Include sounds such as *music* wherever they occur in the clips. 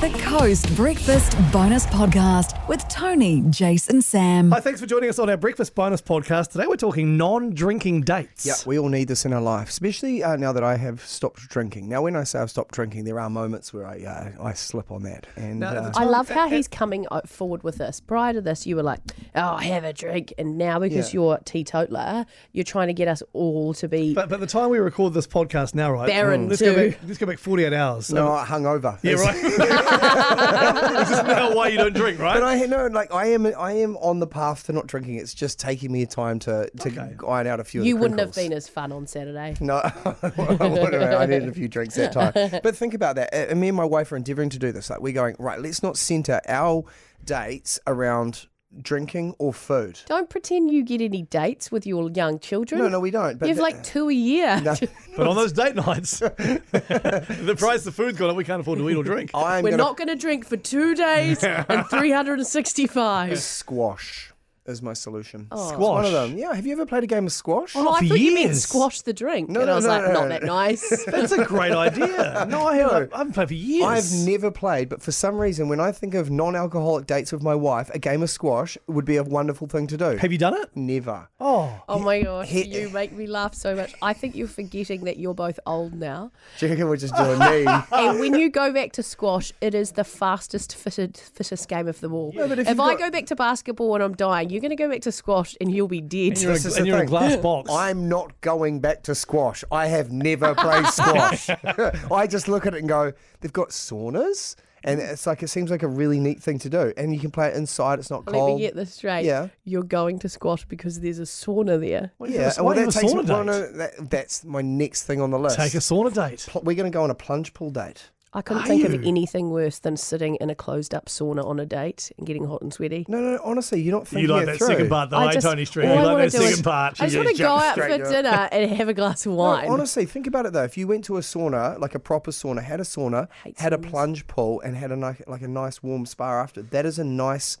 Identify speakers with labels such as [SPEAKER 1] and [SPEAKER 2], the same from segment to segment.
[SPEAKER 1] The Coast Breakfast Bonus Podcast with Tony, Jason, Sam.
[SPEAKER 2] Hi, thanks for joining us on our Breakfast Bonus podcast. Today we're talking non drinking dates.
[SPEAKER 3] Yeah, we all need this in our life, especially uh, now that I have stopped drinking. Now, when I say I've stopped drinking, there are moments where I uh, I slip on that. And
[SPEAKER 2] Now, at the
[SPEAKER 3] uh,
[SPEAKER 2] time-
[SPEAKER 4] I love how he's coming o- forward with this. Prior to this, you were like, "Oh, have a drink," and now because
[SPEAKER 3] Yeah.
[SPEAKER 4] you're teetotaler, you're trying to get us all to be.
[SPEAKER 2] But by the time we record this podcast now, right?
[SPEAKER 4] Barren
[SPEAKER 2] let's go
[SPEAKER 4] too.
[SPEAKER 2] back let's go back forty eight hours. So-
[SPEAKER 3] no, I hungover.
[SPEAKER 2] Yeah,
[SPEAKER 3] It's-
[SPEAKER 2] right. *laughs* this is now why you don't drink,
[SPEAKER 3] *laughs* But
[SPEAKER 2] right?
[SPEAKER 3] I no, like I am I am on the path to not drinking. It's just taking me time to to iron out a few. of the
[SPEAKER 4] you wouldn't have
[SPEAKER 3] crinkles.
[SPEAKER 4] been as fun on Saturday.
[SPEAKER 3] No, *laughs* I wouldn't have. I needed a few drinks that
[SPEAKER 4] *laughs*
[SPEAKER 3] time. But think about that. Uh, And me and my wife are endeavouring to do this. Like we're going right. Let's not centre our dates around drinking or food.
[SPEAKER 4] Don't pretend you get any dates with your young children.
[SPEAKER 3] No, no, we don't. But
[SPEAKER 4] You've
[SPEAKER 3] th- *laughs*
[SPEAKER 4] like two a year.
[SPEAKER 2] But on those date nights, the price of food's gone up. We can't afford to eat or drink.
[SPEAKER 3] I'm
[SPEAKER 4] *laughs* We're
[SPEAKER 3] gonna
[SPEAKER 4] not going to drink for
[SPEAKER 3] *laughs*
[SPEAKER 4] two days and 365.
[SPEAKER 3] squash is my solution. It's
[SPEAKER 2] Squash.
[SPEAKER 3] One of them. Yeah. Have you ever played a game of squash?
[SPEAKER 4] Oh, I
[SPEAKER 2] for
[SPEAKER 4] thought you meant
[SPEAKER 2] years.
[SPEAKER 4] squash the drink.
[SPEAKER 3] No,
[SPEAKER 4] and
[SPEAKER 3] no,
[SPEAKER 4] I was
[SPEAKER 3] no,
[SPEAKER 4] like,
[SPEAKER 3] no,
[SPEAKER 4] not
[SPEAKER 3] no. *laughs*
[SPEAKER 4] that nice.
[SPEAKER 2] That's a great idea. No, I haven't. I haven't played for years.
[SPEAKER 3] I've never played, but for some reason, when I think of non-alcoholic dates with my wife, a game of squash would be a wonderful thing to do.
[SPEAKER 2] Have you done it?
[SPEAKER 3] Never.
[SPEAKER 2] Oh,
[SPEAKER 4] Oh my gosh,
[SPEAKER 3] he-
[SPEAKER 4] you make me laugh so much. I think you're forgetting that you're both old now.
[SPEAKER 3] Do you reckon we're just doing me?
[SPEAKER 2] *laughs*
[SPEAKER 3] *laughs*
[SPEAKER 4] and when you go back to squash, it is the fastest fitted fittest game of them all.
[SPEAKER 3] but if
[SPEAKER 4] if
[SPEAKER 3] you've
[SPEAKER 4] I
[SPEAKER 3] got-
[SPEAKER 4] go back to basketball and I'm dying, you're going to go back to squash and you'll be dead.
[SPEAKER 2] and you're,
[SPEAKER 3] This
[SPEAKER 2] in,
[SPEAKER 3] is
[SPEAKER 2] a,
[SPEAKER 3] the
[SPEAKER 2] and you're in a
[SPEAKER 3] thing.
[SPEAKER 2] glass box.
[SPEAKER 3] I'm not going back to squash. I have never played squash.
[SPEAKER 2] *laughs*
[SPEAKER 3] *laughs* I just look at it and go, they've got saunas, and it's like it seems like a really neat thing to do, and you can play it inside. It's not
[SPEAKER 4] Let
[SPEAKER 3] cold.
[SPEAKER 4] me get this straight.
[SPEAKER 3] Yeah.
[SPEAKER 4] You're going to squash because there's a sauna there.
[SPEAKER 2] Why do you
[SPEAKER 3] Yeah,
[SPEAKER 2] have a- why
[SPEAKER 3] well,
[SPEAKER 2] do you
[SPEAKER 3] that
[SPEAKER 2] have a
[SPEAKER 3] takes me.
[SPEAKER 2] sauna
[SPEAKER 3] Well,
[SPEAKER 2] date?
[SPEAKER 3] no, that, that's my next thing on the list.
[SPEAKER 2] Take a sauna date.
[SPEAKER 3] Pl- We're going to go on a plunge pool date.
[SPEAKER 4] I couldn't
[SPEAKER 2] Are
[SPEAKER 4] think
[SPEAKER 2] you?
[SPEAKER 4] of anything worse than sitting in a closed up sauna on a date and getting hot and sweaty.
[SPEAKER 3] No, no, honestly, you're not thinking
[SPEAKER 2] You like
[SPEAKER 3] it
[SPEAKER 2] that
[SPEAKER 3] through.
[SPEAKER 2] second part, though, eh, Tony Street?
[SPEAKER 4] all
[SPEAKER 2] You
[SPEAKER 4] I wanna
[SPEAKER 2] like that
[SPEAKER 4] do is-
[SPEAKER 2] second part.
[SPEAKER 4] I just
[SPEAKER 2] Yeah,
[SPEAKER 4] want to
[SPEAKER 2] jump
[SPEAKER 4] go out
[SPEAKER 3] straight
[SPEAKER 4] for
[SPEAKER 3] to it.
[SPEAKER 4] dinner
[SPEAKER 3] *laughs*
[SPEAKER 4] and have a glass of wine.
[SPEAKER 3] No, honestly, think about it though. If you went to a sauna, like a proper sauna, had a sauna,
[SPEAKER 4] Hate
[SPEAKER 3] had a
[SPEAKER 4] saunas.
[SPEAKER 3] plunge pool, and had a ni- like a nice warm spa after, that is a nice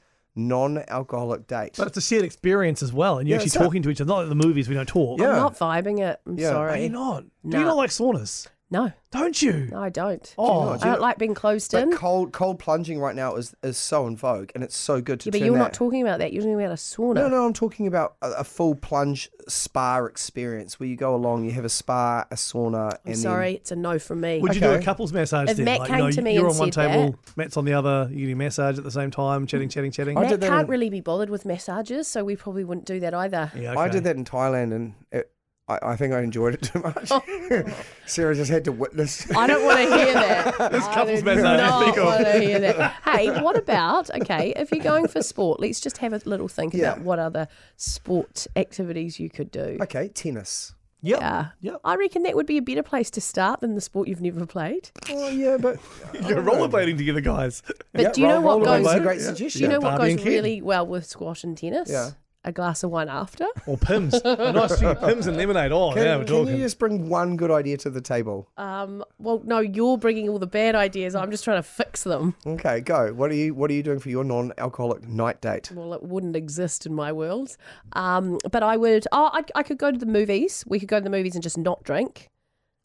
[SPEAKER 3] non-alcoholic date.
[SPEAKER 2] But it's a shared experience as well, and you're
[SPEAKER 3] Yeah, it's
[SPEAKER 2] actually
[SPEAKER 3] that.
[SPEAKER 2] talking to each other. Not like the movies, we don't talk.
[SPEAKER 3] Yeah.
[SPEAKER 4] I'm not vibing it. I'm
[SPEAKER 3] Yeah.
[SPEAKER 2] Are you
[SPEAKER 4] sorry.
[SPEAKER 2] not? Do you
[SPEAKER 4] Nah.
[SPEAKER 2] not like saunas?
[SPEAKER 4] No,
[SPEAKER 2] Don't you?
[SPEAKER 4] no, I don't.
[SPEAKER 2] Oh,
[SPEAKER 4] I don't like being closed
[SPEAKER 3] But
[SPEAKER 4] in.
[SPEAKER 3] cold cold plunging right now is is so in vogue, and it's so good to.
[SPEAKER 4] Yeah, but
[SPEAKER 3] turn
[SPEAKER 4] you're
[SPEAKER 3] that.
[SPEAKER 4] not talking about that. You're talking about a sauna.
[SPEAKER 3] No, no, I'm talking about a, a full plunge spa experience where you go along, you have a spa, a sauna,
[SPEAKER 4] I'm
[SPEAKER 3] and
[SPEAKER 4] sorry, it's a no from me.
[SPEAKER 2] Would you do a
[SPEAKER 3] Okay.
[SPEAKER 2] couples massage
[SPEAKER 4] If
[SPEAKER 2] then? you
[SPEAKER 4] Matt
[SPEAKER 2] know,
[SPEAKER 4] came to me
[SPEAKER 2] you're
[SPEAKER 4] and
[SPEAKER 2] on one
[SPEAKER 4] said
[SPEAKER 2] table, Matt's on the other, you're getting a massage at the same time, chatting, chatting, chatting.
[SPEAKER 3] I
[SPEAKER 4] Matt
[SPEAKER 3] did that
[SPEAKER 4] can't
[SPEAKER 3] in-
[SPEAKER 4] really be bothered with massages, so we probably wouldn't do that either.
[SPEAKER 2] yeah,
[SPEAKER 3] then I did that in Thailand, and it, I, I think I enjoyed it too much. Oh. *laughs* Sarah just had to witness.
[SPEAKER 4] I don't want to hear
[SPEAKER 2] *laughs*
[SPEAKER 4] that. This
[SPEAKER 2] couples
[SPEAKER 4] I do
[SPEAKER 2] massage I
[SPEAKER 4] not
[SPEAKER 2] speak of.
[SPEAKER 4] want to hear that. Hey, what about okay? If you're going for sport, let's just have a little think
[SPEAKER 3] Yeah.
[SPEAKER 4] about what other sport activities you could do.
[SPEAKER 3] okay, tennis.
[SPEAKER 2] Yep.
[SPEAKER 4] Yeah.
[SPEAKER 2] Yep.
[SPEAKER 4] I reckon that would be a better place to start than the sport you've never played.
[SPEAKER 3] Oh yeah, but
[SPEAKER 2] *laughs* You're rollerblading together,
[SPEAKER 3] *laughs*
[SPEAKER 2] guys.
[SPEAKER 4] But
[SPEAKER 3] Yeah,
[SPEAKER 4] do you know
[SPEAKER 3] roll-
[SPEAKER 4] what
[SPEAKER 3] rollerblades
[SPEAKER 4] goes?
[SPEAKER 3] is a great
[SPEAKER 4] do
[SPEAKER 3] suggestion.
[SPEAKER 4] you know what
[SPEAKER 2] Barbie
[SPEAKER 4] goes
[SPEAKER 2] and Ken.
[SPEAKER 4] really well with squash and tennis?
[SPEAKER 3] Yeah.
[SPEAKER 4] A glass of wine after.
[SPEAKER 2] Or pims. *laughs* a nice
[SPEAKER 3] *laughs*
[SPEAKER 2] few pims and lemonade. Oh,
[SPEAKER 3] Can,
[SPEAKER 2] yeah, we're
[SPEAKER 3] can
[SPEAKER 2] talking.
[SPEAKER 3] you just bring one good idea to the table?
[SPEAKER 4] Um, well, no, you're bringing all the bad ideas. I'm just trying to fix them.
[SPEAKER 3] Okay, go. What are you What are you doing for your non-alcoholic night date?
[SPEAKER 4] Well, it wouldn't exist in my world. Um, but I would. Oh, I, I could go to the movies. We could go to the movies and just not drink.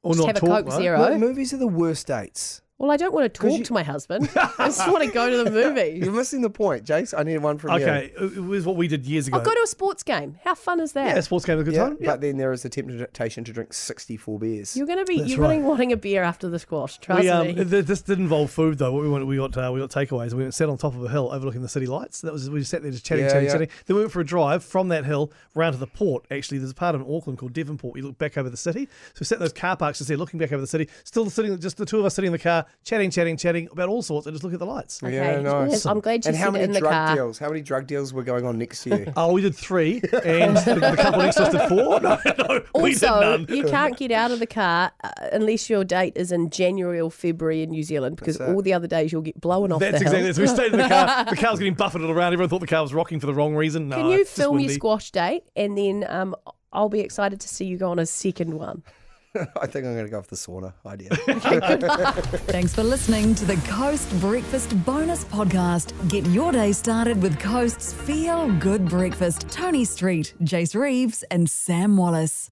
[SPEAKER 2] or
[SPEAKER 4] Just
[SPEAKER 2] not
[SPEAKER 4] have
[SPEAKER 2] talk,
[SPEAKER 4] a Coke
[SPEAKER 2] right?
[SPEAKER 4] Zero.
[SPEAKER 3] Look, movies are the worst dates.
[SPEAKER 4] well, I don't want to
[SPEAKER 3] 'Cause
[SPEAKER 4] talk
[SPEAKER 3] you-
[SPEAKER 4] to
[SPEAKER 2] *laughs*
[SPEAKER 4] my husband. I just want to go to the movies.
[SPEAKER 3] You're missing the point, Jace. I need one from you.
[SPEAKER 2] Okay, it it was what we did years ago.
[SPEAKER 4] I'll go to a sports game. How fun is that?
[SPEAKER 2] yeah, sports game at a good
[SPEAKER 3] Yeah,
[SPEAKER 2] time. Yeah.
[SPEAKER 3] but then there is the temptation to drink 64 beers.
[SPEAKER 4] You're gonna be.
[SPEAKER 2] That's
[SPEAKER 4] you're gonna be wanting a beer after the squash. Trust
[SPEAKER 2] We, *laughs* um,
[SPEAKER 4] me.
[SPEAKER 2] th- this did involve food though. What we wanted, we got uh, we got takeaways. We sat on top of a hill overlooking the city lights. That was we just sat there just chatting,
[SPEAKER 3] Yeah,
[SPEAKER 2] chatting,
[SPEAKER 3] yeah.
[SPEAKER 2] chatting. Then we went for a drive from that hill round to the port. Actually, there's a part of Auckland called Devonport. You look back over the city. So we sat in those car parks just there, looking back over the city. Still sitting, just the two of us sitting in the car, chatting, chatting, chatting about all sorts, and just look at the lights.
[SPEAKER 4] okay.
[SPEAKER 3] Yeah, nice.
[SPEAKER 4] Yes, I'm glad you
[SPEAKER 3] and
[SPEAKER 4] said
[SPEAKER 3] how
[SPEAKER 4] it
[SPEAKER 3] many
[SPEAKER 4] in the
[SPEAKER 3] drug
[SPEAKER 4] car.
[SPEAKER 3] deals? How many drug deals were going on next
[SPEAKER 4] *laughs*
[SPEAKER 3] year? *laughs*
[SPEAKER 2] Oh, we did three, and the, the couple next to us did four. *laughs* No, no, we did
[SPEAKER 4] Also,
[SPEAKER 2] none.
[SPEAKER 4] you can't get out of the car uh, unless your date is in January or February in New Zealand because all the other days you'll get blown off
[SPEAKER 2] That's
[SPEAKER 4] the hill.
[SPEAKER 2] exactly it. So we stayed in the car. The car was getting buffeted around. Everyone thought the car was rocking for the wrong reason. No,
[SPEAKER 4] Can you
[SPEAKER 2] it's just
[SPEAKER 4] film your
[SPEAKER 2] windy.
[SPEAKER 4] squash date and then um, I'll be excited to see you go on a second one.
[SPEAKER 3] I think I'm going to go for the sauna idea.
[SPEAKER 1] Thanks for listening to the Coast Breakfast Bonus Podcast. Get your day started with Coast's Feel Good Breakfast. Tony Street, Jace Reeves, and Sam Wallace.